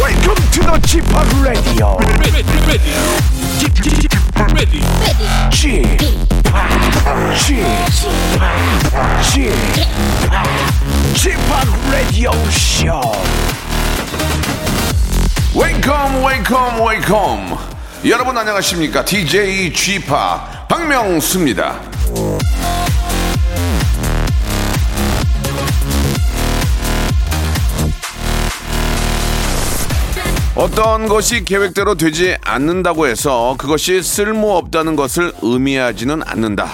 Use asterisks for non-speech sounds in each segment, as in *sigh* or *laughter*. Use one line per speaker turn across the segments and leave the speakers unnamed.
Welcome to the g p o p Radio.
ready, ready, ready,
g p o p g p o p Radio Show.
웨이컴 웨이컴 웨이컴 여러분 안녕하십니까 DJ g p 파 박명수입니다 어떤 것이 계획대로 되지 않는다고 해서 그것이 쓸모없다는 것을 의미하지는 않는다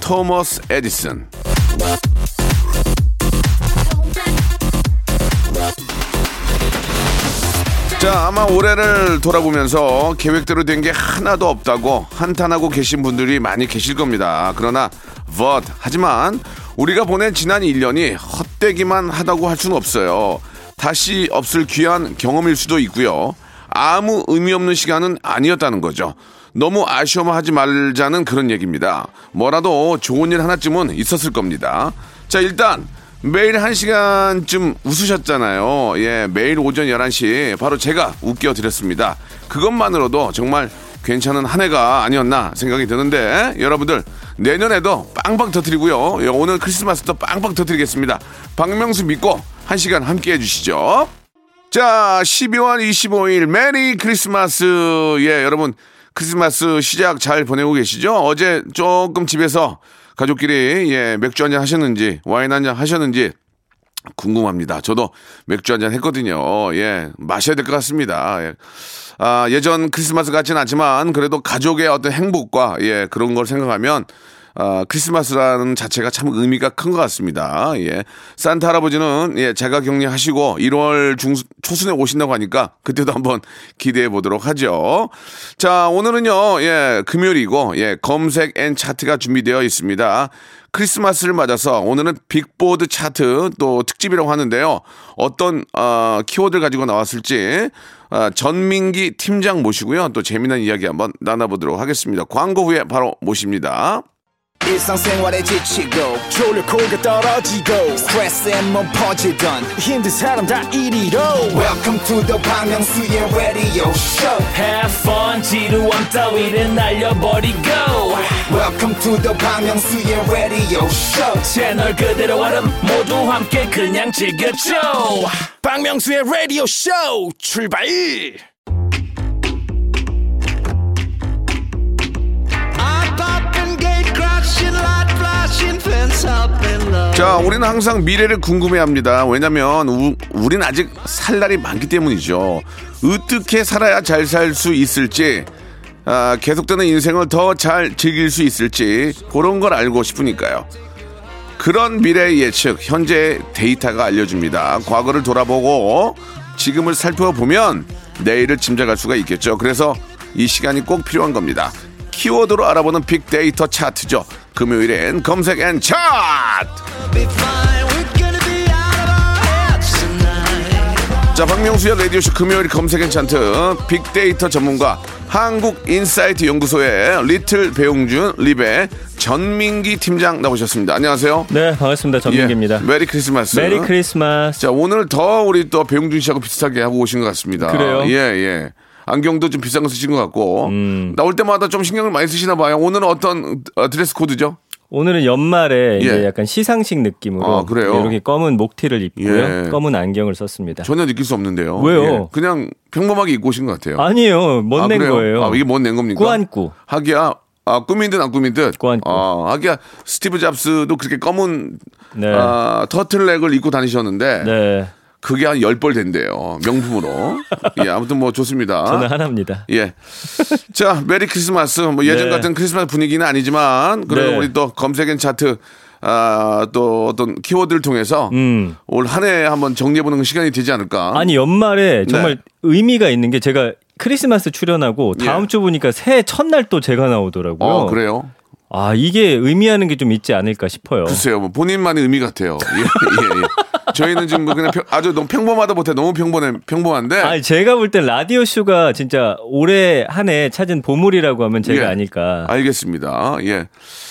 토머스 에디슨 자, 아마 올해를 돌아보면서 계획대로 된 게 하나도 없다고 한탄하고 계신 분들이 많이 계실 겁니다. 그러나, but, 하지만 우리가 보낸 지난 1년이 헛되기만 하다고 할 수는 없어요. 다시 없을 귀한 경험일 수도 있고요. 아무 의미 없는 시간은 아니었다는 거죠. 너무 아쉬워하지 말자는 그런 얘기입니다. 뭐라도 좋은 일 하나쯤은 있었을 겁니다. 자, 일단 매일 한시간쯤 웃으셨잖아요. 예, 매일 오전 11시 바로 제가 웃겨드렸습니다. 그것만으로도 정말 괜찮은 한 해가 아니었나 생각이 드는데 여러분들 내년에도 빵빵 터뜨리고요. 예, 오늘 크리스마스도 빵빵 터뜨리겠습니다. 박명수 믿고 한시간 함께 해주시죠. 자, 12월 25일 메리 크리스마스. 예, 여러분 크리스마스 시작 잘 보내고 계시죠? 어제 조금 집에서 가족끼리 예, 맥주 한잔 하셨는지 와인 한잔 하셨는지 궁금합니다. 저도 맥주 한잔 했거든요. 예, 마셔야 될 것 같습니다. 예. 아, 예전 크리스마스 같지는 않지만 그래도 가족의 어떤 행복과 예, 그런 걸 생각하면 아, 크리스마스라는 자체가 참 의미가 큰 것 같습니다. 예. 산타 할아버지는 예, 자가 격리하시고 1월 중 초순에 오신다고 하니까 그때도 한번 기대해 보도록 하죠. 자, 오늘은요. 예, 금요일이고 예, 검색 앤 차트가 준비되어 있습니다. 크리스마스를 맞아서 오늘은 빅보드 차트 또 특집이라고 하는데요. 어떤 어, 키워드를 가지고 나왔을지 아, 전민기 팀장 모시고요. 또 재미난 이야기 한번 나눠보도록 하겠습니다. 광고 후에 바로 모십니다.
일상생활에 지치고, 졸려 코가 떨어지고, 스트레스에 몸 퍼지던, 힘든 사람 다 이리로. welcome to the Bang Myung-soo's radio show
Have fun 지루한 따위를 날려버리고
welcome to the Bang Myung-soo's radio show
채널 그대로 얼음 모두 함께 그냥 즐겨줘 박명수의 라디오 쇼 출발
자, 우리는 항상 미래를 궁금해합니다. 왜냐하면 우, 우린 아직 살 날이 많기 때문이죠. 어떻게 살아야 잘 살 수 있을지, 아, 계속되는 인생을 더 잘 즐길 수 있을지 그런 걸 알고 싶으니까요. 그런 미래의 예측, 현재 데이터가 알려줍니다. 과거를 돌아보고 지금을 살펴보면 내일을 짐작할 수가 있겠죠. 그래서 이 시간이 꼭 필요한 겁니다. 키워드로 알아보는 빅데이터 차트죠. 금요일엔 검색 앤 차트! 자, 박명수의 라디오쇼 금요일 검색 엔찬트 빅데이터 전문가 한국인사이트 연구소의 리틀 배용준 리베 전민기 팀장 나오셨습니다. 안녕하세요.
네, 반갑습니다. 전민기입니다.
예, 메리 크리스마스.
메리 크리스마스.
자, 오늘 더 우리 또 배용준 씨하고 비슷하게 하고 오신 것 같습니다.
그래요?
예, 예. 안경도 좀 비싼 거 쓰신 것 같고
음.
나올 때마다 좀 신경을 많이 쓰시나 봐요. 오늘은 어떤 어, 드레스 코드죠?
오늘은 연말에
예.
이제 약간 시상식 느낌으로
아, 그래요?
이렇게 검은 목티를 입고요.
예.
검은 안경을 썼습니다.
전혀 느낄 수 없는데요.
왜요?
예, 그냥 평범하게 입고 오신 것 같아요.
아니에요.
아,
못낸
그래요?
거예요.
아, 이게 뭔 낸 겁니까?
꾸안꾸.
하기야 아 꿈인 듯 안 꿈인 듯.
꾸안꾸.
아, 하기야 스티브 잡스도 그렇게 검은
네.
아, 터틀넥을 입고 다니셨는데
네.
그게 한 열 벌 된대요. 명품으로.
*laughs*
예, 아무튼 뭐 좋습니다.
저는 하나입니다.
예. 자, 메리 크리스마스. 뭐 예전
네.
같은 크리스마스 분위기는 아니지만 그래도
네.
우리 또 검색엔 차트 아, 또 어떤 키워드를 통해서
음.
올 한 해 한번 정리해 보는 시간이 되지 않을까?
아니, 연말에 정말 의미가 있는 게 제가 크리스마스 출연하고 다음
네. 예.
주 보니까 새해 첫날 또 제가 나오더라고요.
어, 그래요?
아, 이게 의미하는 게 좀 있지 않을까 싶어요.
글쎄요, 뭐 본인만의 의미 같아요. 예, 예, 예. 저희는 지금 뭐 그냥 평- 아주 너무 평범하다 못해 너무 평범해 평범한데
아니 제가 볼 땐 라디오 쇼가 진짜 올해 한 해 찾은 보물이라고 하면 제가
예.
아닐까.
알겠습니다. 예.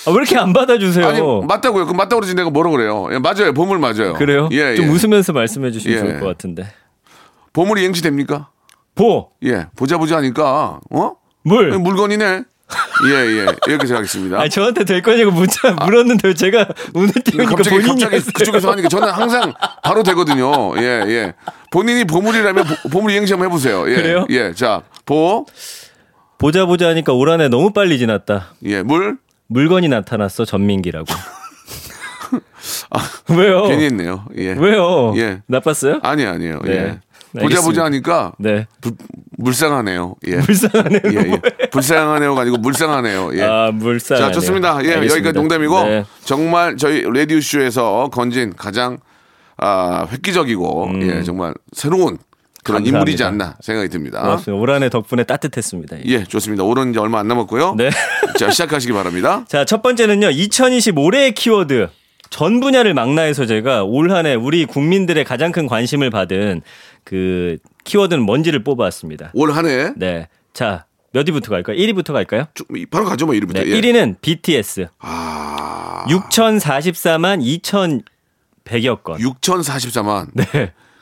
아, 왜 이렇게 안 받아주세요?
아니 맞다고요. 그 맞다고 그러지 내가 뭐라 그래요. 예, 맞아요. 보물 맞아요.
그래요?
예,
좀
예.
웃으면서 말씀해 주시면
예.
좋을 것 같은데.
보물이 행시 됩니까?
보,
예, 보자 보자 하니까 어?
물.
물건이네. 예, 예. 이렇게 생각했습니다.
아 저한테 될 거냐고 문자 물었는데 제가 오늘 띄우니까
아. 갑자기
본인이
갑자기
했어요.
그쪽에서 하니까 저는 항상 바로 되거든요. 예, 예. 본인이 보물이라면 보, 보물 이행시 한번 해보세요. 예,
그래요?
예. 자, 보,
*laughs* 보자 보자 하니까 올 한해 너무 빨리 지났다.
예, 물.
물건이 나타났어 전민기라고. *laughs* 왜요?
아, 괜히 했네요. 예.
왜요?
예.
나빴어요?
아니 아니에요.
네,
예. 보자
알겠습니다.
보자 하니까
네.
불- 물상하네요.
*laughs*
예.
불쌍하네요.
예, 예. 불쌍하네요가 아니고 물상하네요. 예.
아 네. 불쌍.
자, 좋습니다. 예, 여기가 농담이고 정말 저희 라디오 쇼에서 건진 가장 아, 획기적이고 예, 정말 새로운 그런
음. 감사합니다.
인물이지 않나 생각이 듭니다.
올한해 덕분에 따뜻했습니다.
예, 좋습니다. 오른 이제 얼마 안 남았고요.
네.
자, 시작하시기 바랍니다.
자, 첫 번째는요. 2020 올해의 키워드. 전 분야를 망라해서 제가 올 한해 우리 국민들의 가장 큰 관심을 받은 그 키워드는 뭔지를 뽑아왔습니다.
올 한해
네. 자, 몇 위부터 갈까요? 1위부터 갈까요?
바로 가죠, 뭐
네.
1위부터. 예. 아.
1위는 BTS. 6,044만 2,100여 건.
6,044만.
네.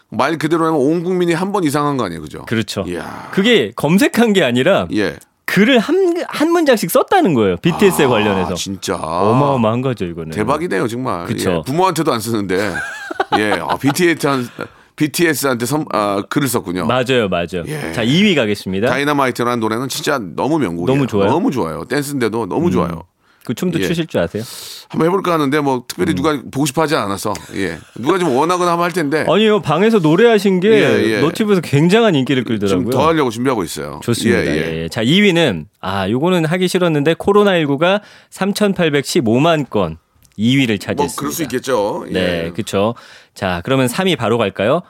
말 그대로 하면 온 국민이 한 번 이상 한 거 아니에요, 그죠?
그렇죠.
이야.
그게 검색한 게 아니라
예.
글을 한, 한 문장씩 썼다는 거예요. BTS에 관련해서.
아, 진짜.
어마어마한 거죠, 이거는.
대박이네요, 정말.
그쵸.
예, 부모한테도 안 쓰는데. 예. 아, BTS 한, BTS한테 선, 아, 글을 썼군요.
맞아요, 맞아요.
예.
자, 2위 가겠습니다.
다이너마이트라는 노래는 진짜 너무 명곡이에요.
너무 좋아요?
너무 좋아요. 댄스인데도 너무 좋아요.
그 춤도
예.
추실 줄 아세요?
한번 해볼까 하는데 뭐
음.
특별히 누가 보고 싶어 하지 않아서 예 누가 좀 원하거나 하면 할 텐데
아니요, 방에서 노래하신 게
네. 예, 예.
너튜브에서 굉장한 인기를
좀
끌더라고요.
더 하려고 준비하고 있어요.
좋습니다.
예,
예,
예.
자, 2위는 아, 요거는 하기 싫었는데 코로나19가 3,815만 건 2위를 차지했습니다.
뭐 그럴 수 있겠죠.
네,
예.
그렇죠. 자, 그러면 3위 바로 갈까요?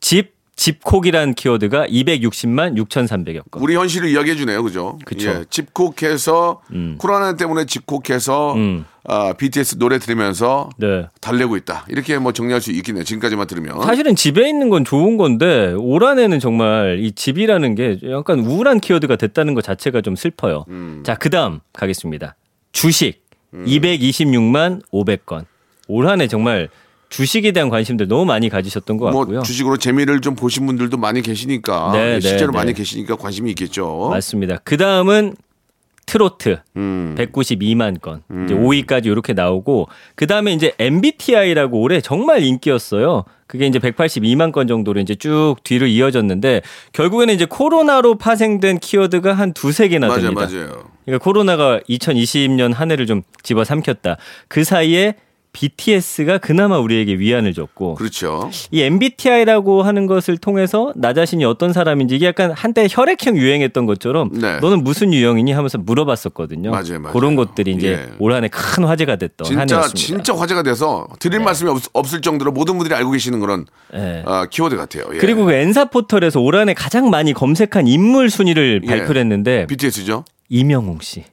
집 집콕이란 키워드가 260만 6,300여 건.
우리 현실을 이야기해 주네요, 그죠?
그쵸. 음.
예, 집콕해서 코로나 때문에 집콕해서 아, BTS 노래 들으면서
네.
달래고 있다. 이렇게 뭐 정리할 수 있긴 해요. 지금까지만 들으면
사실은 집에 있는 건 좋은 건데 올 한해는 정말 이 집이라는 게 약간 우울한 키워드가 됐다는 것 자체가 좀 슬퍼요. 자 그다음 가겠습니다. 주식
음.
226만 500건. 올 한해 정말 주식에 대한 관심들 너무 많이 가지셨던 것 같고요.
뭐 주식으로 재미를 좀 보신 분들도 많이 계시니까 예,
네,
실제로
네,
많이
네.
계시니까 관심이 있겠죠.
맞습니다. 그다음은 트로트
음.
192만 건. 이제 5위까지 이렇게 나오고 그다음에 이제 MBTI라고 올해 정말 인기였어요. 그게 이제 182만 건 정도로 이제 쭉 뒤로 이어졌는데 결국에는 이제 코로나로 파생된 키워드가 한 두세 개나
맞아요,
됩니다.
맞아요.
그러니까 코로나가 2020년 한 해를 좀 집어삼켰다. 그 사이에 BTS가 그나마 우리에게 위안을 줬고
그렇죠.
이 MBTI라고 하는 것을 통해서 나 자신이 어떤 사람인지 이게 약간 한때 혈액형 유행했던 것처럼
네.
너는 무슨 유형이니 하면서 물어봤었거든요.
맞아요, 맞아요.
그런 것들이 이제
예.
올 한해 큰 화제가 됐던 한
진짜
해였습니다. 네.
진짜 화제가 돼서 드릴 말씀이 없, 을 정도로 모든 분들이 알고 계시는 그런
예.
아, 키워드 같아요. 예.
그리고 그 엔사 포털에서 올 한해 가장 많이 검색한 인물 순위를
예.
발표를 했는데
BTS죠.
이명웅 씨.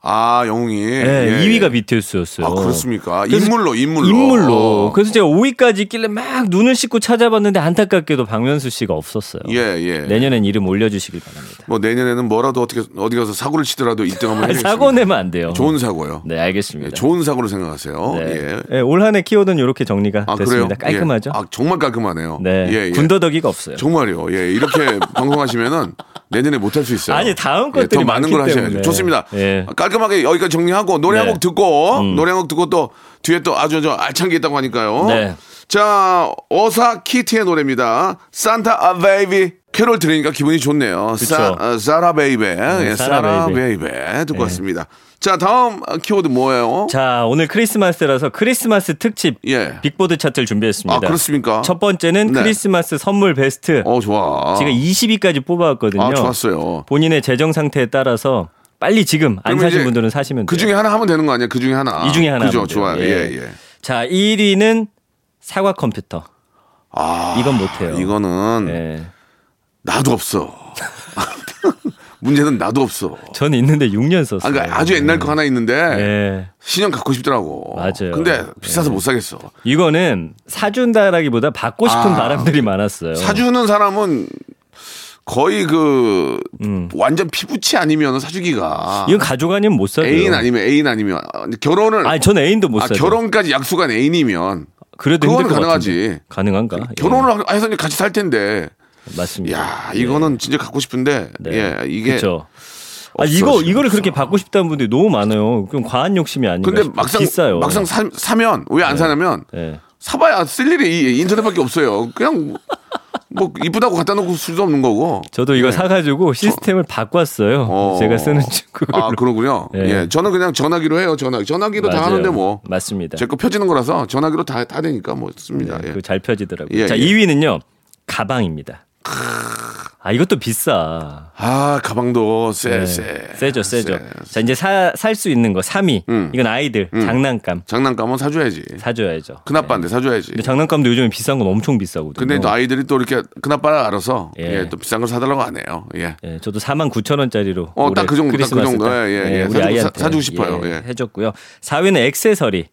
아 영웅이
예,
예.
2위가 BTS였어요.
아 그렇습니까?
그래서-
인물로 인물로 어.
인물로. 그래서 제가 5위까지 있길래 막 눈을 씻고 찾아봤는데 안타깝게도 박명수 씨가 없었어요.
예예.
내년엔 이름 올려주시길 바랍니다.
뭐 내년에는 뭐라도 어떻게 어디 가서 사고를 치더라도 1등 한번
아니,
해주겠습니다.
사고 내면 안 돼요.
좋은 사고요.
네,
예,
알겠습니다.
좋은 사고로 생각하세요.
네.
예.
예, 올 한해 키워드는 이렇게 정리가
아
됐습니다.
그래요?
깔끔하죠?
예. 아 정말 깔끔하네요.
네,
예, 예.
군더더기가 없어요.
정말요. 예,
*laughs*
이렇게 방송하시면은 내년에 못할 수 있어요.
아니, 다음
예, 더
것들이
많은
많기
걸 하셔야죠.
때문에.
좋습니다.
예.
깔끔하게 여기까지 정리하고 노래 한
네.
곡 듣고 노래 한 곡 듣고 또 뒤에 또 아주 아주 알찬 게 있다고 하니까요.
네.
자, 어사 키티의 노래입니다. 산타 아 베이비 캐롤 들으니까 기분이 좋네요. 사, 아, 사라 베이베. 예,
음, 사라
사라
베이베.
베이베 듣고 왔습니다. 자, 다음 키워드 뭐예요?
자, 오늘 크리스마스라서 크리스마스 특집
예.
빅보드 차트를 준비했습니다.
아, 그렇습니까?
첫 번째는
네.
크리스마스 선물 베스트.
어, 좋아.
제가 20위까지 뽑아왔거든요.
아, 좋았어요.
본인의 재정 상태에 따라서 빨리 지금 안
그러면
사신
이제
분들은 사시면 돼요.
그 중에 하나 하면 되는 거 아니에요? 그 중에 하나.
이 중에 하나.
그죠,
하면 돼요.
좋아요. 예, 예.
자, 1위는 사과 컴퓨터. 이건 못해요.
아, 이거는
아, 예.
나도
*laughs*
없어. 문제는 나도 없어.
저는 있는데 6년 썼어요.
아, 그러니까 아주 옛날 거 하나 있는데
예.
신형 갖고 싶더라고.
맞아요. 예.
근데 비싸서 못 사겠어.
이거는 사준다라기보다 받고 싶은
아,
바람들이 많았어요.
사주는 사람은 거의 그
음.
완전 피부치 아니면 사주기가
이건 가족 아니면 못 사요.
애인 아니면 애인 아니면 아, 결혼을
아니, 전 애인도 못
아,
사요.
결혼까지 약속한 애인이면
그래도
그건
힘들 것
가능하지.
같은데. 가능한가? 예.
결혼을 해서 같이 살 텐데
맞습니다.
야 이거는 진짜 갖고 싶은데 예 이게
그렇죠. 아 이거
없어지고
이거를
있어.
그렇게 받고 싶다는 분들이 너무 많아요. 그럼 과한 욕심이 아닌가
근데
싶어요.
막상
비싸요.
막상 사, 사면 왜 안 사냐면
예.
사봐야 쓸 일이 이- 인터넷밖에 없어요. 그냥 뭐 이쁘다고 갖다 놓고 쓸 수 없는 거고.
저도 이거
예.
사가지고 시스템을 바꿨어요.
어.
제가 쓰는 친구로.
아 그러군요.
예.
예, 저는 그냥 전화기로 해요. 전화 전화기로 다
맞아요.
하는데 뭐.
맞습니다.
제 거 펴지는 거라서 전화기로 다, 다 되니까 뭐 씁니다. 예.
네, 그거 잘 펴지더라고요.
예,
자,
예.
2위는요. 가방입니다. 아, 이것도 비싸.
아 가방도 쎄
네.
쎄.
세죠, 세죠.
쎄.
자, 이제 살 수 있는 거 3위.
음.
이건 아이들 장난감
장난감은 사줘야지.
사줘야죠. 네.
큰아빠한테 사줘야지.
근데 장난감도 요즘에 비싼 건 엄청 비싸거든요.
근데 또 아이들이 또 이렇게 큰아빠를 알아서
예.
예, 또 비싼 걸 사달라고 안 해요. 예.
예, 저도 4만 9천 원짜리로
어, 딱그 정도, 딱그
크리스마스
정도. 예,
딱,
예, 예.
우리
사주고 사-
아이한테
사주고 싶어요. 예.
해줬고요. 4위는 액세서리.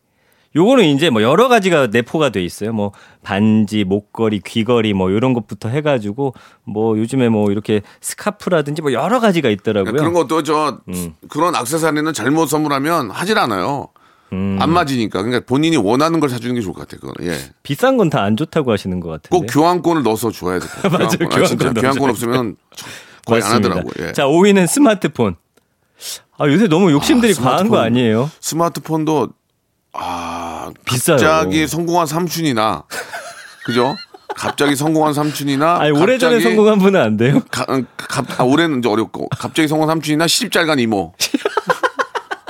요거는 이제 뭐 여러 가지가 내포가 돼 있어요. 뭐 반지, 목걸이, 귀걸이 뭐 이런 것부터 해가지고 뭐 요즘에 뭐 이렇게 스카프라든지 뭐 여러 가지가 있더라고요.
네,
음.
그런 것도 저 그런 악세사리는 잘못 선물하면 하질 않아요.
음.
안 맞으니까 그러니까 본인이 원하는 걸 사주는 게 좋을 것 같아요. 그건
네.
예.
비싼 건 다 안 좋다고 하시는 것 같은데.
꼭 교환권을 넣어서 줘야 돼요.
*laughs* 맞아요.
교환권. 아, 진짜
교환권
교환권
넣어줘야 *laughs*
없으면 저- 거의
맞습니다.
안 하더라고요. 예.
자, 5위는 스마트폰. 아 요새 너무 욕심들이
아,
과한 거
스마트폰.
아니에요?
스마트폰도 아
비싸요.
갑자기 성공한 삼촌이나 그죠? 갑자기 성공한 삼촌이나
아니 오래전에
갑자기
성공한 분은
*laughs*
안 돼요?
가, 응, 갑, 아, 올해는 이제 어렵고 갑자기 성공 삼촌이나 시집잘간 이모.
*laughs*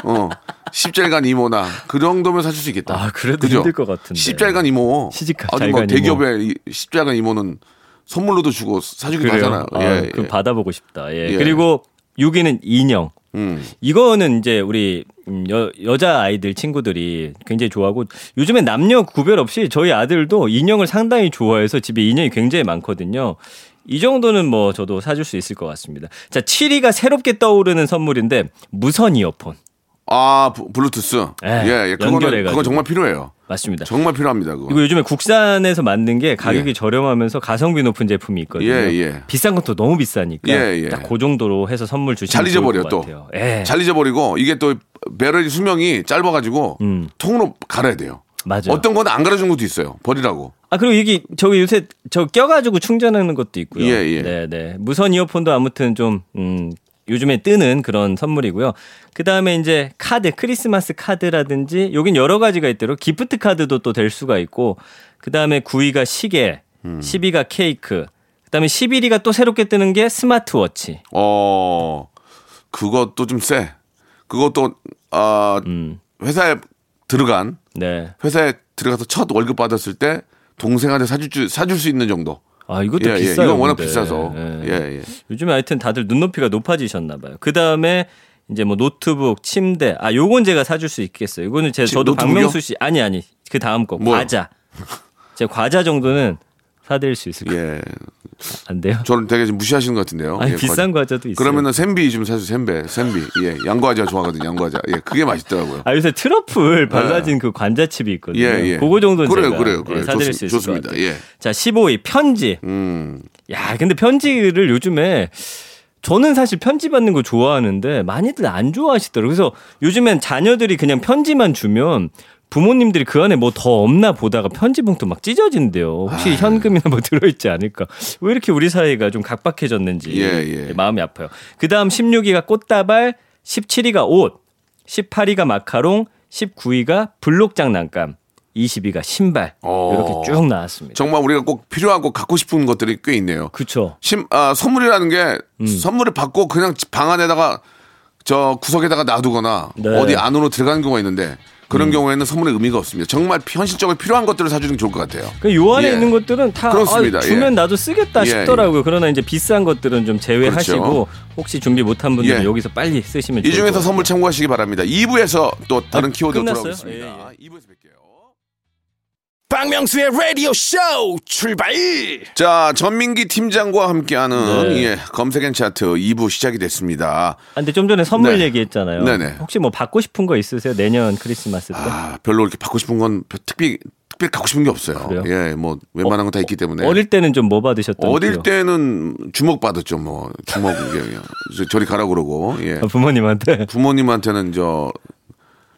어. 시집잘간 이모나 그 정도면 사줄 수 있겠다.
아, 그래도 힘들 것 같은데.
시집잘간 이모.
시집가-
아주
잘간
막
이모.
대기업의 이 시집잘간 이모는 선물로도 주고 사주기도 하잖아요.
아,
예,
그럼
예.
받아보고 싶다. 예.
예.
그리고 6위는 인형.
음.
이거는 이제 우리 음, 여, 여자 아이들 친구들이 굉장히 좋아하고 요즘에 남녀 구별 없이 저희 아들도 인형을 상당히 좋아해서 집에 인형이 굉장히 많거든요. 이 정도는 뭐 저도 사줄 수 있을 것 같습니다. 자, 7위가 새롭게 떠오르는 선물인데 무선 이어폰.
아, 부- 블루투스.
예,
예, 예. 그거는
연결해가지고. 네.
그건 정말 필요해요.
맞습니다.
정말 필요합니다. 그거.
그리고 요즘에 국산에서 만든 게 가격이
예.
저렴하면서 가성비 높은 제품이 있거든요.
예, 예.
비싼 건 또 너무 비싸니까
예, 예.
딱 그 정도로 해서 선물 주시면
잘
좋을
잊어버려
것
또.
같아요. 예.
잘 잊어버리고 이게 또 배럴 수명이 짧아가지고
음.
통으로 갈아야 돼요.
맞아요.
어떤 거는 안 갈아준 것도 있어요. 버리라고.
아 그리고 이게 저 요새 저 껴가지고 충전하는 것도 있고요.
예, 예.
네네 무선 이어폰도 아무튼 좀 음, 요즘에 뜨는 그런 선물이고요. 그 다음에 이제 카드 크리스마스 카드라든지 여긴 여러 가지가 있도록 기프트 카드도 또 될 수가 있고 그 다음에 9위가 시계,
음.
10위가 케이크, 그 다음에 11위가 또 새롭게 뜨는 게 스마트워치.
어, 그것도 좀 세. 그것도, 아,
음.
회사에 들어간,
네.
회사에 들어가서 첫 월급 받았을 때 동생한테 사줄, 줄- 사줄 수 있는 정도.
아 이것도
예, 예.
비싸요.
이건 워낙
근데.
비싸서.
네.
예, 예.
요즘에 하여튼 다들 눈높이가 높아지셨나 봐요. 그 다음에 이제 뭐 노트북, 침대. 아, 요건 제가 사줄 수 있겠어요. 이거는 제
지-
저도
노트북이요?
박명수 씨 아니 아니 그 다음 거
뭐요?
과자. 제 과자 정도는 사드릴 수 있을 까요
예.
안 돼요?
저를 되게 좀 무시하시는 것 같은데요.
아니
예,
비싼
과자.
과자도 있어요.
그러면은 샌비 좀 사주세요. 샌베, 샌비. 예. 양과자 좋아하거든요. 양과자. 예. 그게 맛있더라고요.
아 요새 트러플 발라진 그 관자칩이 있거든요.
예, 예.
그거 정도는
그래요,
제가
그래요, 그래요.
예, 사드릴
좋습-
수 있을
좋습니다.
것 같아요.
예.
자, 15위 편지.
음.
야, 근데 편지를 요즘에 저는 사실 편지 받는 거 좋아하는데 많이들 안 좋아하시더라고요. 그래서 요즘엔 자녀들이 그냥 편지만 주면 부모님들이 그 안에 뭐 더 없나 보다가 편지 봉투 막 찢어진대요. 혹시 현금이나 뭐 *laughs* 들어있지 않을까. 왜 이렇게 우리 사이가 좀 각박해졌는지
예, 예.
마음이 아파요. 그 다음 16위가 꽃다발, 17위가 옷, 18위가 마카롱, 19위가 블록 장난감, 20위가 신발.
어.
이렇게 쭉 나왔습니다.
정말 우리가 꼭 필요하고 갖고 싶은 것들이 꽤 있네요.
그쵸.
심, 아, 선물이라는 게
음.
선물을 받고 그냥 집- 방 안에다가 저 구석에다가 놔두거나
네. 음.
어디 안으로 들어가는 경우가 있는데 그런 경우에는 선물의 의미가 없습니다. 정말 현실적으로 필요한 것들을 사주는 게 좋을 것 같아요.
그요 안에
예.
있는 것들은 다
그렇습니다.
아, 주면
예.
나도 쓰겠다
예,
싶더라고요. 그러나 이제 비싼 것들은 좀 제외하시고
그렇죠.
혹시 준비 못한 분들은
예.
여기서 빨리 쓰시면
이
좋을 것
중에서
같아요.
선물 참고하시기 바랍니다. 2부에서 또 다른
그러니까. 아,
키워드
끝났어요? 예,
돌아오겠습니다. 2부에서 뵐게요.
박명수의 라디오 쇼 출발
자, 전민기 팀장과 함께하는
네.
예, 검색엔 차트 2부 시작이 됐습니다.
아, 근데 좀 전에 선물
네.
얘기했잖아요.
네네.
혹시 뭐 받고 싶은 거 있으세요? 내년 크리스마스 때?
아, 별로 이렇게 받고 싶은 건 특별히 특별히 갖고 싶은 게 없어요.
아, 그래요?
예, 뭐 웬만한 건 다 있기 때문에.
어릴 때는 좀 뭐 받으셨던
네. 어릴 때는 주먹 받았죠, 뭐. 주먹,
아,
예, 예. 저- 저리 가라 그러고, 예.
부모님한테 *laughs*
부모님한테는 저,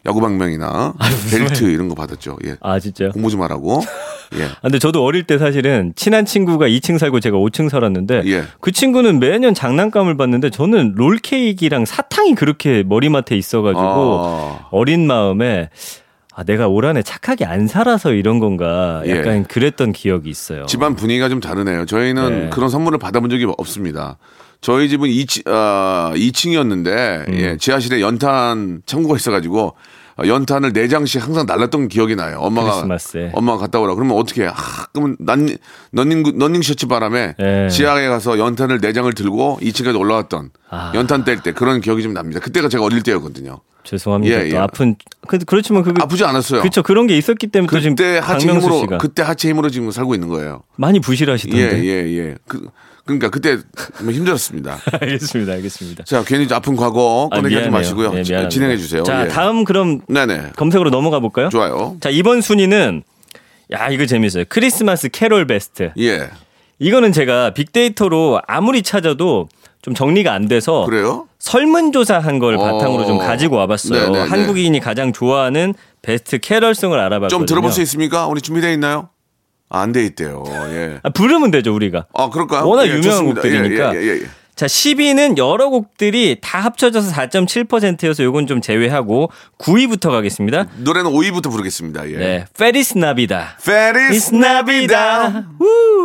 야구방명이나 벨트 이런 거 받았죠. 예.
아 진짜요?
공부 좀 하라고. 예.
아, 근데 저도 어릴 때 사실은 친한 친구가 2층 살고 제가 5층 살았는데
예.
그 친구는 매년 장난감을 받는데 저는 롤케이크랑 사탕이 그렇게 머리맡에 *laughs* 있어가지고
아,
어린 마음에 아, 내가 올 한해 착하게 안 살아서 이런 건가
예.
약간 그랬던 기억이 있어요.
집안 분위기가 좀 다르네요. 저희는
네.
그런 선물을 받아본 적이 없습니다. 저희 집은 2층, 아,
음.
2층이었는데 예, 지하실에 연탄 창고가 있어가지고 어, 연탄을 4장씩 항상 날랐던 기억이 나요. 엄마가
크리스마스에.
엄마가 갔다 오라. 그러면 어떻게 해? 아, 그러면 난, 런닝, 런닝 셔츠 바람에
예.
지하에 가서 연탄을 4장을 들고 2층까지 올라왔던
아.
연탄 뗄 때 그런 기억이 좀 납니다. 그때가 제가 어릴 때였거든요.
죄송합니다.
예,
또
예.
아픈 그, 그렇지만 그게
아프지 않았어요.
그쵸 그런 게 있었기 때문에 또 지금
그때 하체
박명수
힘으로
씨가
그때 하체 힘으로 지금 살고 있는 거예요.
많이
예,
부실하시던데.
예, 예. 그, 그러니까 그때 정말 힘들었습니다.
*laughs* 알겠습니다, 알겠습니다.
자, 괜히 아픈 과거
아,
꺼내기 하지
미안해요.
마시고요.
예, 미안합니다.
진행해 주세요.
자
예.
다음 그럼
네네.
검색으로 넘어가 볼까요?
좋아요.
자 이번 순위는 야 이거 재밌어요. 크리스마스 캐롤 베스트.
예.
이거는 제가 빅데이터로 아무리 찾아도 좀 정리가 안 돼서
그래요?
설문조사 한 걸
어.
바탕으로 좀 가지고 와봤어요.
네네네.
한국인이 가장 좋아하는 베스트 캐럴송을 알아봤거든요.
좀 들어볼 수 있습니까? 우리 준비되어 있나요? 아, 안 돼 있대요. 예.
아, 부르면 되죠 우리가.
아, 그럴까요?
워낙
예,
유명한
좋습니다.
곡들이니까.
예, 예, 예, 예.
자 10위는 여러 곡들이 다 합쳐져서 4.7%여서 요건 좀 제외하고 9위부터 가겠습니다.
노래는 5위부터 부르겠습니다. 예.
네, 페리스 나비다.
페리스 나비다.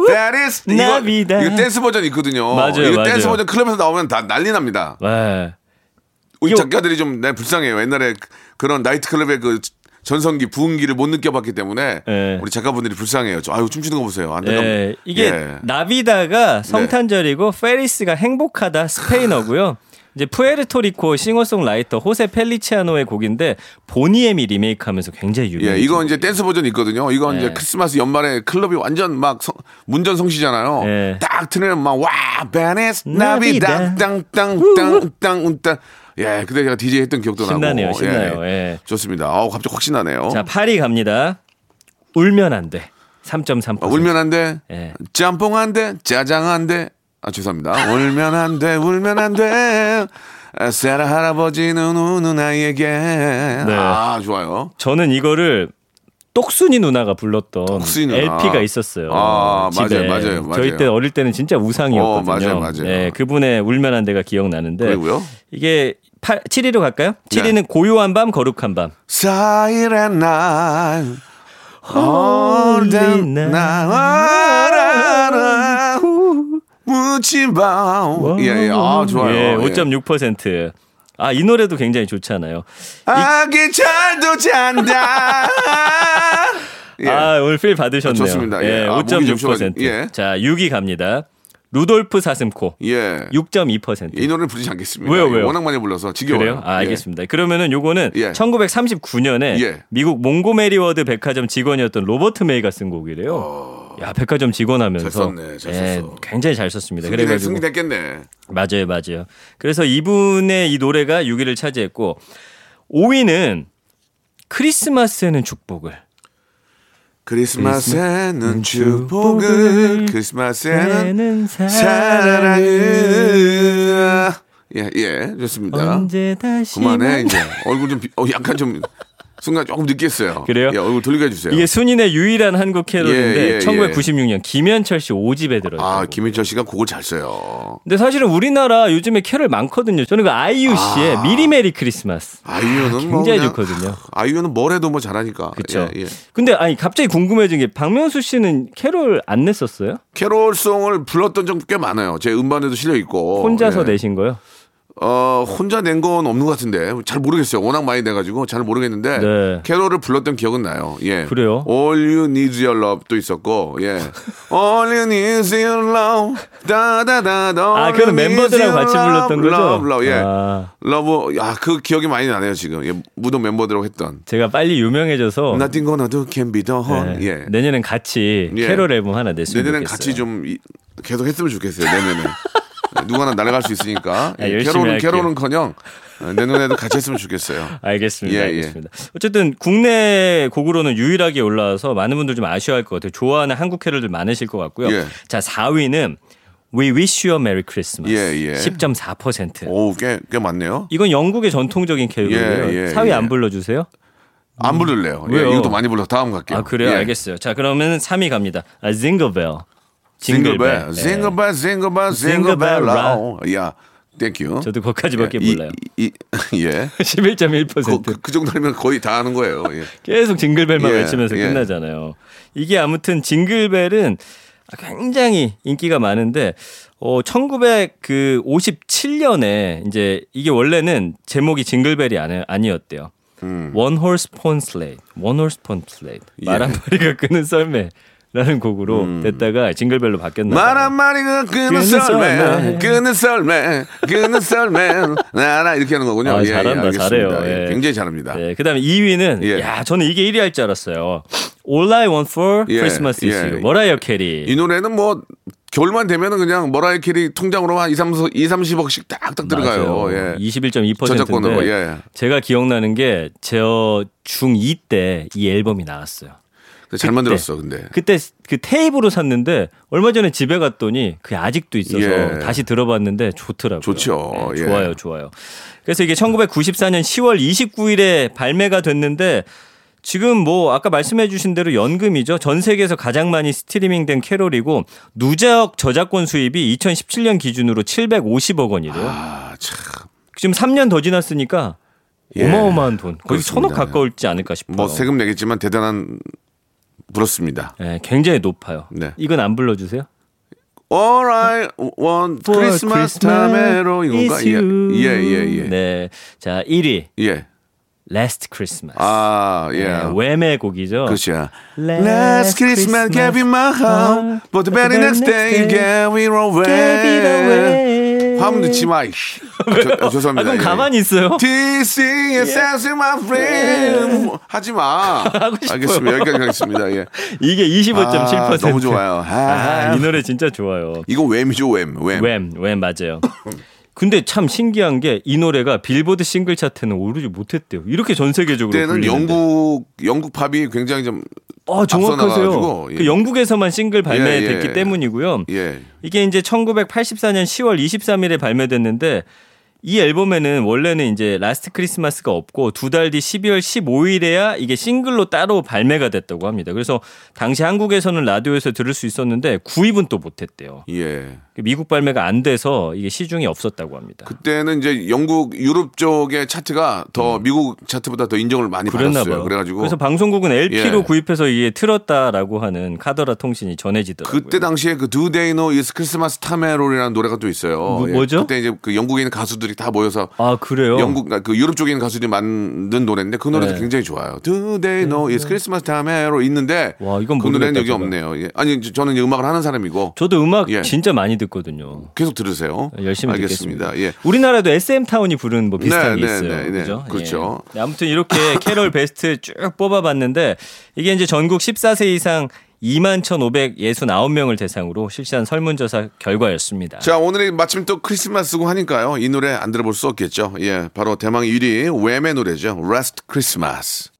페리스
나비다.
이거, 이거 댄스 버전 있거든요.
맞아요,
이거
맞아요.
댄스 버전 클럽에서 나오면 다 난리 납니다.
네.
우리
이거-
작가들이 좀 내 불쌍해요. 옛날에 그- 그런 나이트클럽의 그 전성기 부흥기를 못 느껴봤기 때문에
예.
우리 작가분들이 불쌍해요. 저, 아유 춤추는 거 보세요. 안
예, 이게
네.
나비다가 성탄절이고 페리스가 행복하다 스페인어고요. 이제 푸에르토리코 싱어송라이터 호세 펠리치아노의 곡인데 보니엠이 리메이크하면서 굉장히 유명.
예, 이거 이제 댄스 버전 있거든요. 이건
네. 예.
이제 크리스마스 연말에 클럽이 완전 막 성- 문전성시잖아요.
예.
딱 틀면 막와 베네스 나비
나비다.
땅땅땅땅땅땅땅 예, 그때 제가 DJ 했던 기억도
신나네요,
나고.
신나요. 예.
좋습니다. 아우 갑자기 확 신나네요.
자 파리 갑니다. 울면 안 돼. 3.3%.
아, 울면 안 돼.
예.
짬뽕 안 돼. 짜장 안 돼. 아, 죄송합니다. 울면 안 돼. 울면 안 돼. 아, 세라 할아버지는 우는 아이에게.
네.
아, 좋아요.
저는 이거를 똑순이 누나가 불렀던
똑순이 누나.
LP가 있었어요.
아,
집에.
맞아요, 맞아요,
저희 때
맞아요.
어릴 때는 진짜 우상이었거든요.
어, 맞아요, 맞아요.
네, 그분의 울면 안 돼가 기억나는데.
그리고요? 네.
이게 8, 7위로 갈까요? 7위는 고요한 밤, 거룩한 밤.
Silent night. All the
Holy night.
night. 라라라. 묻지마. 예, 예. 아, 좋아요.
예,
예.
5.6%. 아, 이 노래도 굉장히 좋잖아요.
아기 잘도
*laughs*
잔다. 예.
아, 오늘 필 받으셨네요.
아, 좋습니다. 예.
예,
아, 목이 좀 쉬워가지고.
5.6%.
예.
자, 6위 갑니다. 루돌프 사슴코.
예.
6.2%.
이 노래는 부르지 않겠습니다.
왜요, 왜요?
워낙 많이 불러서 지겨워요.
그래요? 아,
예.
알겠습니다. 그러면은 요거는
예.
1939년에
예.
미국 몽고메리워드 백화점 직원이었던 로버트 메이가 쓴 곡이래요. 야, 백화점 직원 하면서
어.
예,
잘 썼네, 잘 썼어.
굉장히 잘 썼습니다.
승리,
그래
됐-
가지고
승리 됐겠네.
맞아요, 맞아요. 그래서 이분의 이 노래가 6위를 차지했고 5위는 크리스마스에는 축복을
크리스마스에는 축복을, 네, 크리스마스에는
나는
사랑을. 예, 예, 좋습니다.
언제 다시
그만해, 이제. 얼굴 좀, 비- 어, 약간 좀, 순간 조금 느꼈어요.
그래요?
예, 얼굴 돌리게 해주세요.
이게 순인의 유일한 한국 캐롤인데
예, 예, 예.
1996년 김현철 씨 5집에 들어요.
아, 김인철 씨가 곡을 잘 써요.
근데 사실은 우리나라 요즘에 캐럴 많거든요. 저는 그 아이유 씨의 미리 메리 크리스마스.
아이유는 뭐.
굉장히
그냥-
좋거든요.
아이유는 뭘 해도 뭐 잘하니까.
그렇죠.
예, 예.
근데 아니 갑자기 궁금해진 게 박명수 씨는 캐롤 안 냈었어요?
캐롤송을 불렀던 적 꽤 많아요. 제 음반에도 실려 있고.
혼자서
예.
내신 거요?
어, 혼자 낸 건 없는 것 같은데 잘 모르겠어요. 워낙 많이 내가지고 잘 모르겠는데
네.
캐롤을 불렀던 기억은 나요. 예.
그래요?
All You Need Your Love도 있었고 예. All You Need Your Love 다다다
아, 그거는 멤버들하고 같이 불렀던 거죠?
Love, love, 예.
아.
러브 야그 기억이 많이 나네요 지금 예, 무덤 멤버들하고 했던
제가 빨리 유명해져서
Nothing Gonna Do Can Be Done
네,
예.
내년엔 같이
예.
캐롤 앨범 하나 냈으면
내년엔
좋겠어요.
같이 좀 이- 계속 했으면 좋겠어요. 내년에 누가 하나 날아갈 수 있으니까
아,
예,
열심히
캐롤은
할게요.
캐롤은커녕 어, 내년에도 같이 했으면 좋겠어요.
알겠습니다.
예, 예.
알겠습니다. 어쨌든 국내 곡으로는 유일하게 올라와서 많은 분들 좀 아쉬워할 것 같아요. 좋아하는 한국 캐럴들 많으실 것 같고요.
예.
자, 4위는 We Wish You a Merry Christmas.
예, 예.
10.4%.
오, 꽤, 꽤 많네요.
이건 영국의 전통적인 캐릭터예요.
예, 예,
4위
예.
안 불러주세요?
안 부를래요. 예,
음. 왜요?
이것도 많이 불러. 다음 갈게요.
아 그래요?
예.
알겠어요. 자 그러면 3위 갑니다. 아, 징글벨.
징글벨,
예.
징글벨, 징글벨,
징글벨
징글벨,
라.
라오. 야, 땡큐.
저도 그 거기까지밖에
예, 이-
몰라요. *laughs*
이- 이- 예. 그,
11.1%.
그, 그 정도면 거의 다 하는 거예요.
*laughs*
예.
계속 징글벨만
예,
외치면서
예.
끝나잖아요. 이게 아무튼 징글벨은 굉장히 인기가 많은데 어 1957년에 이제 이게 원래는 제목이 징글벨이 아니, 아니었대요.
음.
원 홀스 폰 슬레이트. 원 홀스 폰 슬레이트.
예.
말한마리가 끄는 썰매. 라는 곡으로 됐다가 징글벨로 바뀌었나 봐요.
말 음. 한마리가
끊은
끊는
썰매.
썰매, 끊는 썰매, 끊는 썰매, 나라 이렇게 하는 거군요.
아,
예, 예,
잘한다,
알겠습니다.
잘해요.
예,
예.
굉장히 잘합니다.
네, 그다음에 2위는
예.
야 저는 이게 1위 할 줄 알았어요. All I Want for
예,
Christmas is
예.
You. 머라이어 캐리.
이 노래는 뭐 겨울만 되면은 그냥 머라이 캐리 통장으로 한 2, 3, 2, 30억씩 딱딱 들어가요.
맞아요.
예.
21.2%인데
저작권으로, 예.
제가 기억나는 게 저 중2 때 이 앨범이 나왔어요.
근데 그 잘 만들었어, 근데.
그때 그 테이프로 샀는데 얼마 전에 집에 갔더니 그게 아직도 있어서
예.
다시 들어봤는데 좋더라고요.
좋죠.
네,
예.
좋아요, 좋아요. 그래서 이게 1994년 10월 29일에 발매가 됐는데 지금 뭐 아까 말씀해 주신 대로 연금이죠. 전 세계에서 가장 많이 스트리밍된 캐롤이고 누적 저작권 수입이 2017년 기준으로 750억 원이래요.
아, 참.
지금 3년 더 지났으니까
예.
어마어마한 돈. 거의 천억
그렇습니다. 예.
가까울지 않을까 싶어요.
뭐 세금 내겠지만 대단한 부럽습니다.
예, 굉장히 높아요.
네.
이건 안 불러주세요.
Alright, one Christmas time로 이건가? 예, 예, 예, 예.
네. 자, 1위.
예.
Last Christmas.
아, 예.
네, 외매 곡이죠.
그렇죠.
Last
Last Christmas gave you my heart, but the very next day you gave it away. 화음 넣지 마. *laughs* 이씨. 아, 저- 아,
아,
죄송합니다.
그럼
예.
가만히 있어요.
This is as my friend. 예. *laughs* 하지 마.
싶어요.
알겠습니다. 여기까지 하겠습니다. 예.
이게 25.7%.
아, 너무 좋아요. 아,
아, 이 노래 진짜 좋아요.
이거 웸이죠, 웸. 웸.
웸, 웸 맞아요. 근데 참 신기한 게 이 노래가 빌보드 싱글 차트는 오르지 못했대요. 이렇게 전 세계적으로
그때는
불리는데.
영국 영국 팝이 굉장히 좀
아, 정확하세요.
앞서나가가지고, 예.
그 영국에서만 싱글 발매됐기
예, 예.
때문이고요.
예.
이게 이제 1984년 10월 23일에 발매됐는데 이 앨범에는 원래는 이제 라스트 크리스마스가 없고 두 달 뒤 12월 15일에야 이게 싱글로 따로 발매가 됐다고 합니다. 그래서 당시 한국에서는 라디오에서 들을 수 있었는데 구입은 또 못했대요.
예.
미국 발매가 안 돼서 이게 시중에 없었다고 합니다.
그때는 이제 영국 유럽 쪽의 차트가 더 미국 차트보다 더 인정을 많이
음. 그랬나
받았어요.
봐요.
그래가지고
그래서 방송국은 LP로
예.
구입해서 이게 틀었다라고 하는 카더라 통신이 전해지더라고요.
그때 당시에 그 Do They Know It's Christmas Time롤이라는 노래가 또 있어요.
뭐-
예.
뭐죠?
그때 이제 그 영국에 있는 가수들이 다 모여서
아 그래요?
영국 아, 그 유럽 쪽에 있는 가수들이 만든 노래인데 그 노래도
네.
굉장히 좋아요. Do They Know It's Christmas Time롤 있는데
와, 이건
그 노래는
모르겠다,
여기
제가.
없네요. 예. 아니 이제 저는 이제 음악을 하는 사람이고
저도 음악
예.
진짜 많이 듣거든요.
계속 들으세요.
열심히
알겠습니다.
듣겠습니다.
예.
우리나라도 SM 타운이 부른 뭐 비슷한
네,
게
네,
있어요.
네, 네.
그죠?
그렇죠.
예. 네, 아무튼 이렇게 *laughs* 캐롤 베스트 쭉 뽑아봤는데 이게 이제 전국 14세 이상 2만 1,569명을 대상으로 실시한 설문조사 결과였습니다.
자, 오늘이 마침 또 크리스마스고 하니까요. 이 노래 안 들어볼 수 없겠죠. 예, 바로 대망 1위 웸의 노래죠. Last Christmas.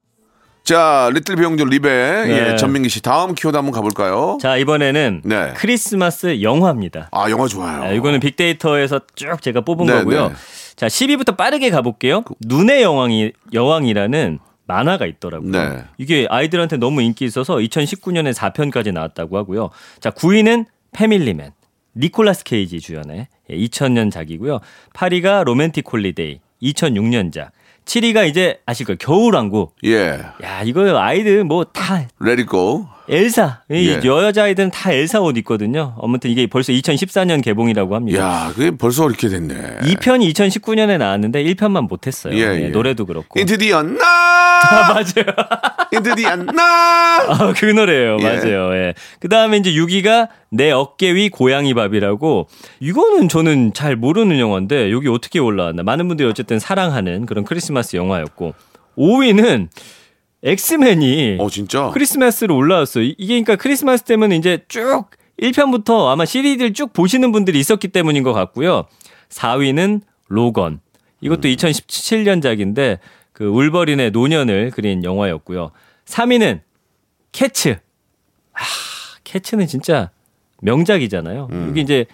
자, 리틀 비용조 리베
네.
예, 전민기 씨 다음 키워드 한번 가볼까요?
자 이번에는
네.
크리스마스 영화입니다.
아, 영화 좋아요.
아, 이거는 빅데이터에서 쭉 제가 뽑은
네,
거고요.
네.
자 10위부터 빠르게 가볼게요. 눈의 여왕이 여왕이라는 만화가 있더라고요.
네.
이게 아이들한테 너무 인기 있어서 2019년에 4편까지 나왔다고 하고요. 자 9위는 패밀리맨 니콜라스 케이지 주연의 2000년 작이고요. 8위가 로맨틱 홀리데이 2006년작. 7위가 이제 아실 거예요. 겨울왕국.
예.
야 이거 아이들 뭐다
Let it go.
엘사. 이
예.
여자아이들은 다 엘사 옷 입거든요. 아무튼 이게 벌써 2014년 개봉이라고 합니다.
야, 그게 벌써 이렇게 됐네.
이 2편이 2019년에 나왔는데 1편만 못했어요.
예,
예,
예.
노래도 그렇고.
Into the unknown. *laughs*
*laughs* 맞아요.
Into the unknown.
아, 그 노래예요.
예.
맞아요. 예. 그다음에 이제 6위가 내 어깨 위 고양이 밥이라고 이거는 저는 잘 모르는 영화인데 여기 어떻게 올라왔나. 많은 분들이 어쨌든 사랑하는 그런 크리스마스 영화였고 5위는 엑스맨이
어, 진짜?
크리스마스로 올라왔어요. 이- 이게 그러니까 크리스마스 때면 이제 쭉 1편부터 아마 시리즈를 쭉 보시는 분들이 있었기 때문인 것 같고요. 4위는 로건. 이것도 2017년작인데 그 울버린의 노년을 그린 영화였고요. 3위는
음.
캐츠. 아, 캐츠는 진짜 명작이잖아요. 이게 이제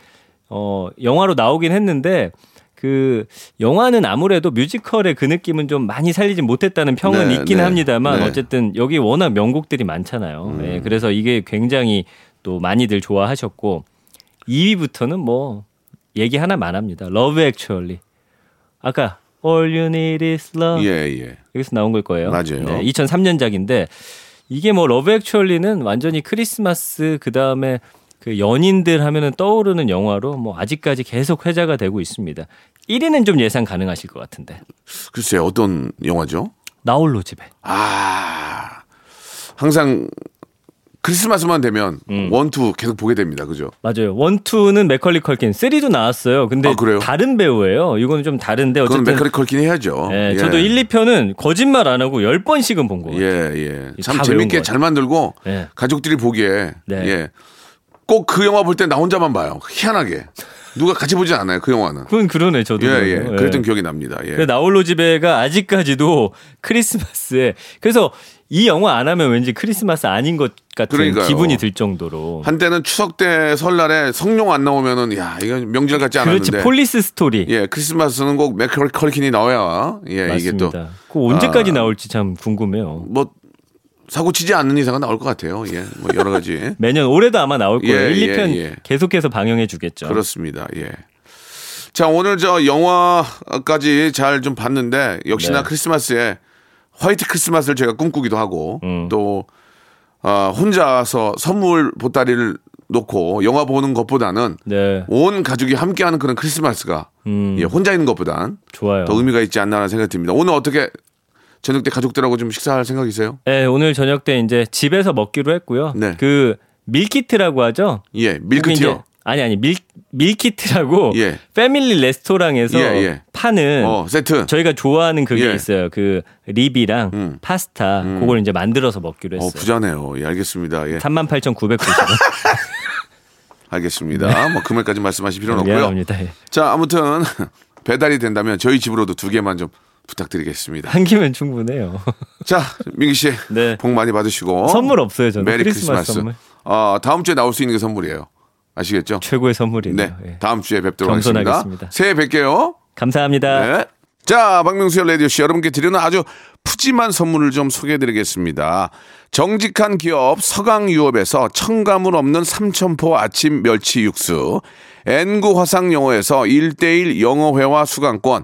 어, 영화로 나오긴 했는데 그 영화는 아무래도 뮤지컬의 그 느낌은 좀 많이 살리지 못했다는 평은
네,
있긴
네.
합니다만
네. 음.
어쨌든 여기 워낙 명곡들이 많잖아요. 예, 그래서 이게 굉장히 또 많이들 좋아하셨고 2위부터는 뭐 얘기 하나만 합니다. 러브 액츄얼리. 아까 All You Need Is Love
예, 예.
여기서 나온 걸 거예요. 네,
맞아요.
2003년작인데 이게 뭐 러브 액츄얼리는 완전히 크리스마스 그다음에 그 연인들 하면은 떠오르는 영화로 뭐 아직까지 계속 회자가 되고 있습니다. 1위는 좀 예상 가능하실 것 같은데.
글쎄요, 어떤 영화죠?
나홀로 집에.
아, 항상 크리스마스만 되면
음.
원투 계속 보게 됩니다. 그죠?
맞아요. 원투는 맥컬리 컬킨, 쓰리도 나왔어요. 근데
아, 그래요?
다른 배우예요. 이거는 좀 다른데
그건
어쨌든
맥카리 컬킨 해야죠.
예,
예.
저도 1, 2편은 거짓말 안 하고 10번씩은 본 거예요.
예, 예. 참
다
재밌게
외운
잘 만들고
예.
가족들이 보기에
네.
예. 꼭 그 영화 볼 때 나 혼자만 봐요. 희한하게. 누가 같이 보진 않아요. 그 영화는.
그건 그러네, 저도.
예, 예.
그러네요.
그랬던 기억이 납니다.
근데
예.
나홀로 집에가 아직까지도 크리스마스에 그래서 이 영화 안 하면 왠지 크리스마스 아닌 것 같은
그러니까요.
기분이 들 정도로
한때는 추석 때 설날에 성룡 안 나오면은 야, 이건 명절 같지 않았는데.
그렇지 폴리스 스토리
예, 크리스마스는 꼭 맥컬리 컬킨이 나와야 예, 이게
맞습니다.
또 아.
그 언제까지 나올지 참 궁금해요.
뭐 사고 치지 않는 이상은 나올 것 같아요. 예, 뭐 여러 가지
매년 올해도 아마 나올 거예요.
예,
1,
예,
2편
예.
계속해서 방영해 주겠죠.
그렇습니다. 예. 자 오늘 저 영화까지 잘 좀 봤는데 역시나
네.
크리스마스에 화이트 크리스마스를 제가 꿈꾸기도 하고
음.
또 아, 혼자서 선물 보따리를 놓고 영화 보는 것보다는
네.
온 가족이 함께하는 그런 크리스마스가
음.
예, 혼자 있는 것보단
좋아요.
더 의미가 있지 않나라는 생각이 듭니다. 오늘 어떻게 저녁 때 가족들하고 좀 식사할 생각이세요?
네, 오늘 저녁 때 이제 집에서 먹기로 했고요.
네.
그 밀키트라고 하죠.
예,
그게
밀크티요.
이제- 아니 아니 밀 밀키트라고
예.
패밀리 레스토랑에서
예, 예.
파는
어, 세트.
네. 저희가 좋아하는 그게
예. 음.
있어요. 그 립이랑 파스타 그걸 이제 만들어서 먹기로
어,
했어요.
부자네요. 예, 알겠습니다. 예. *laughs*
38,990원.
알겠습니다. 뭐 금액까지 말씀하실 필요는 없고요.
*laughs* 미안합니다. 예.
자, 아무튼 *laughs* 배달이 된다면 저희 집으로도 두 개만 좀 부탁드리겠습니다.
한 끼면 충분해요. *laughs*
자, 민기 씨.
네.
복 많이 받으시고.
선물 없어요, 저는.
메리 크리스마스.
크리스마스 선물.
어, 다음 주에 나올 수 있는 게 선물이에요. 아시겠죠?
최고의 선물이네요.
네.
예.
다음 주에 뵙도록 하겠습니다.
겸손하겠습니다. 아.
새해 뵐게요.
감사합니다.
네. 자, 박명수의 라디오씨 여러분께 드리는 아주 푸짐한 선물을 좀 소개해드리겠습니다. 정직한 기업 서강유업에서 청가물 없는 삼천포 아침 멸치 육수, N구 화상영어에서 1대1 영어회화 수강권,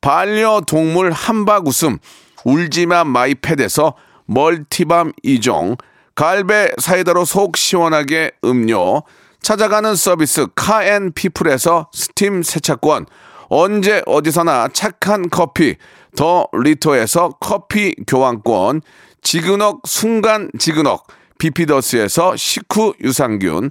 반려동물 한박 웃음, 울지마 마이패드에서 멀티밤 이종 갈배 사이다로 속 시원하게 음료, 찾아가는 서비스 카앤피플에서 스팀 세차권, 언제 어디서나 착한 커피 더 리터에서 커피 교환권 지그넉 순간 지그넉 비피더스에서 식후 유산균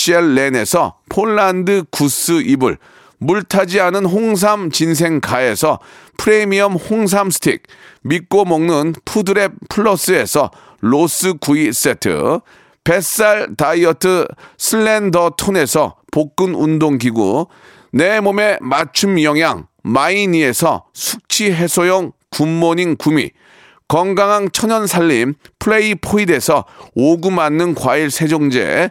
라쉘렌에서 폴란드 구스 이불 물타지 않은 홍삼 진생가에서 프리미엄 홍삼 스틱, 믿고 먹는 푸드랩 플러스에서 로스 구이 세트, 뱃살 다이어트 슬렌더 톤에서 복근 운동기구, 내 몸에 맞춤 영양 마이니에서 숙취 해소용 굿모닝 구미, 건강한 천연 살림 플레이 포이드에서 오구 맞는 과일 세정제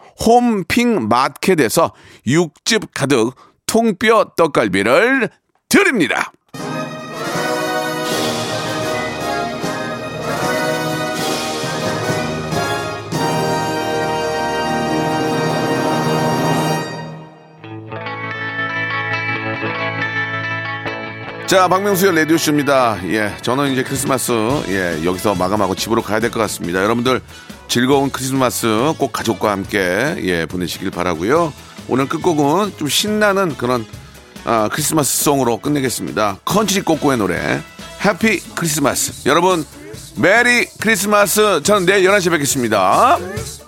홈핑 마켓에서 육즙 가득 통뼈 떡갈비를 드립니다. 자, 박명수의 라디오쇼입니다. 예, 저는 이제 크리스마스, 예, 여기서 마감하고 집으로 가야 될 것 같습니다. 여러분들 즐거운 크리스마스 꼭 가족과 함께, 예, 보내시길 바라고요 오늘 끝곡은 좀 신나는 그런, 아, 크리스마스 송으로 끝내겠습니다. 컨트리 꼬꼬의 노래, 해피 크리스마스. 여러분, 메리 크리스마스. 저는 내일 11시에 뵙겠습니다.
Christmas.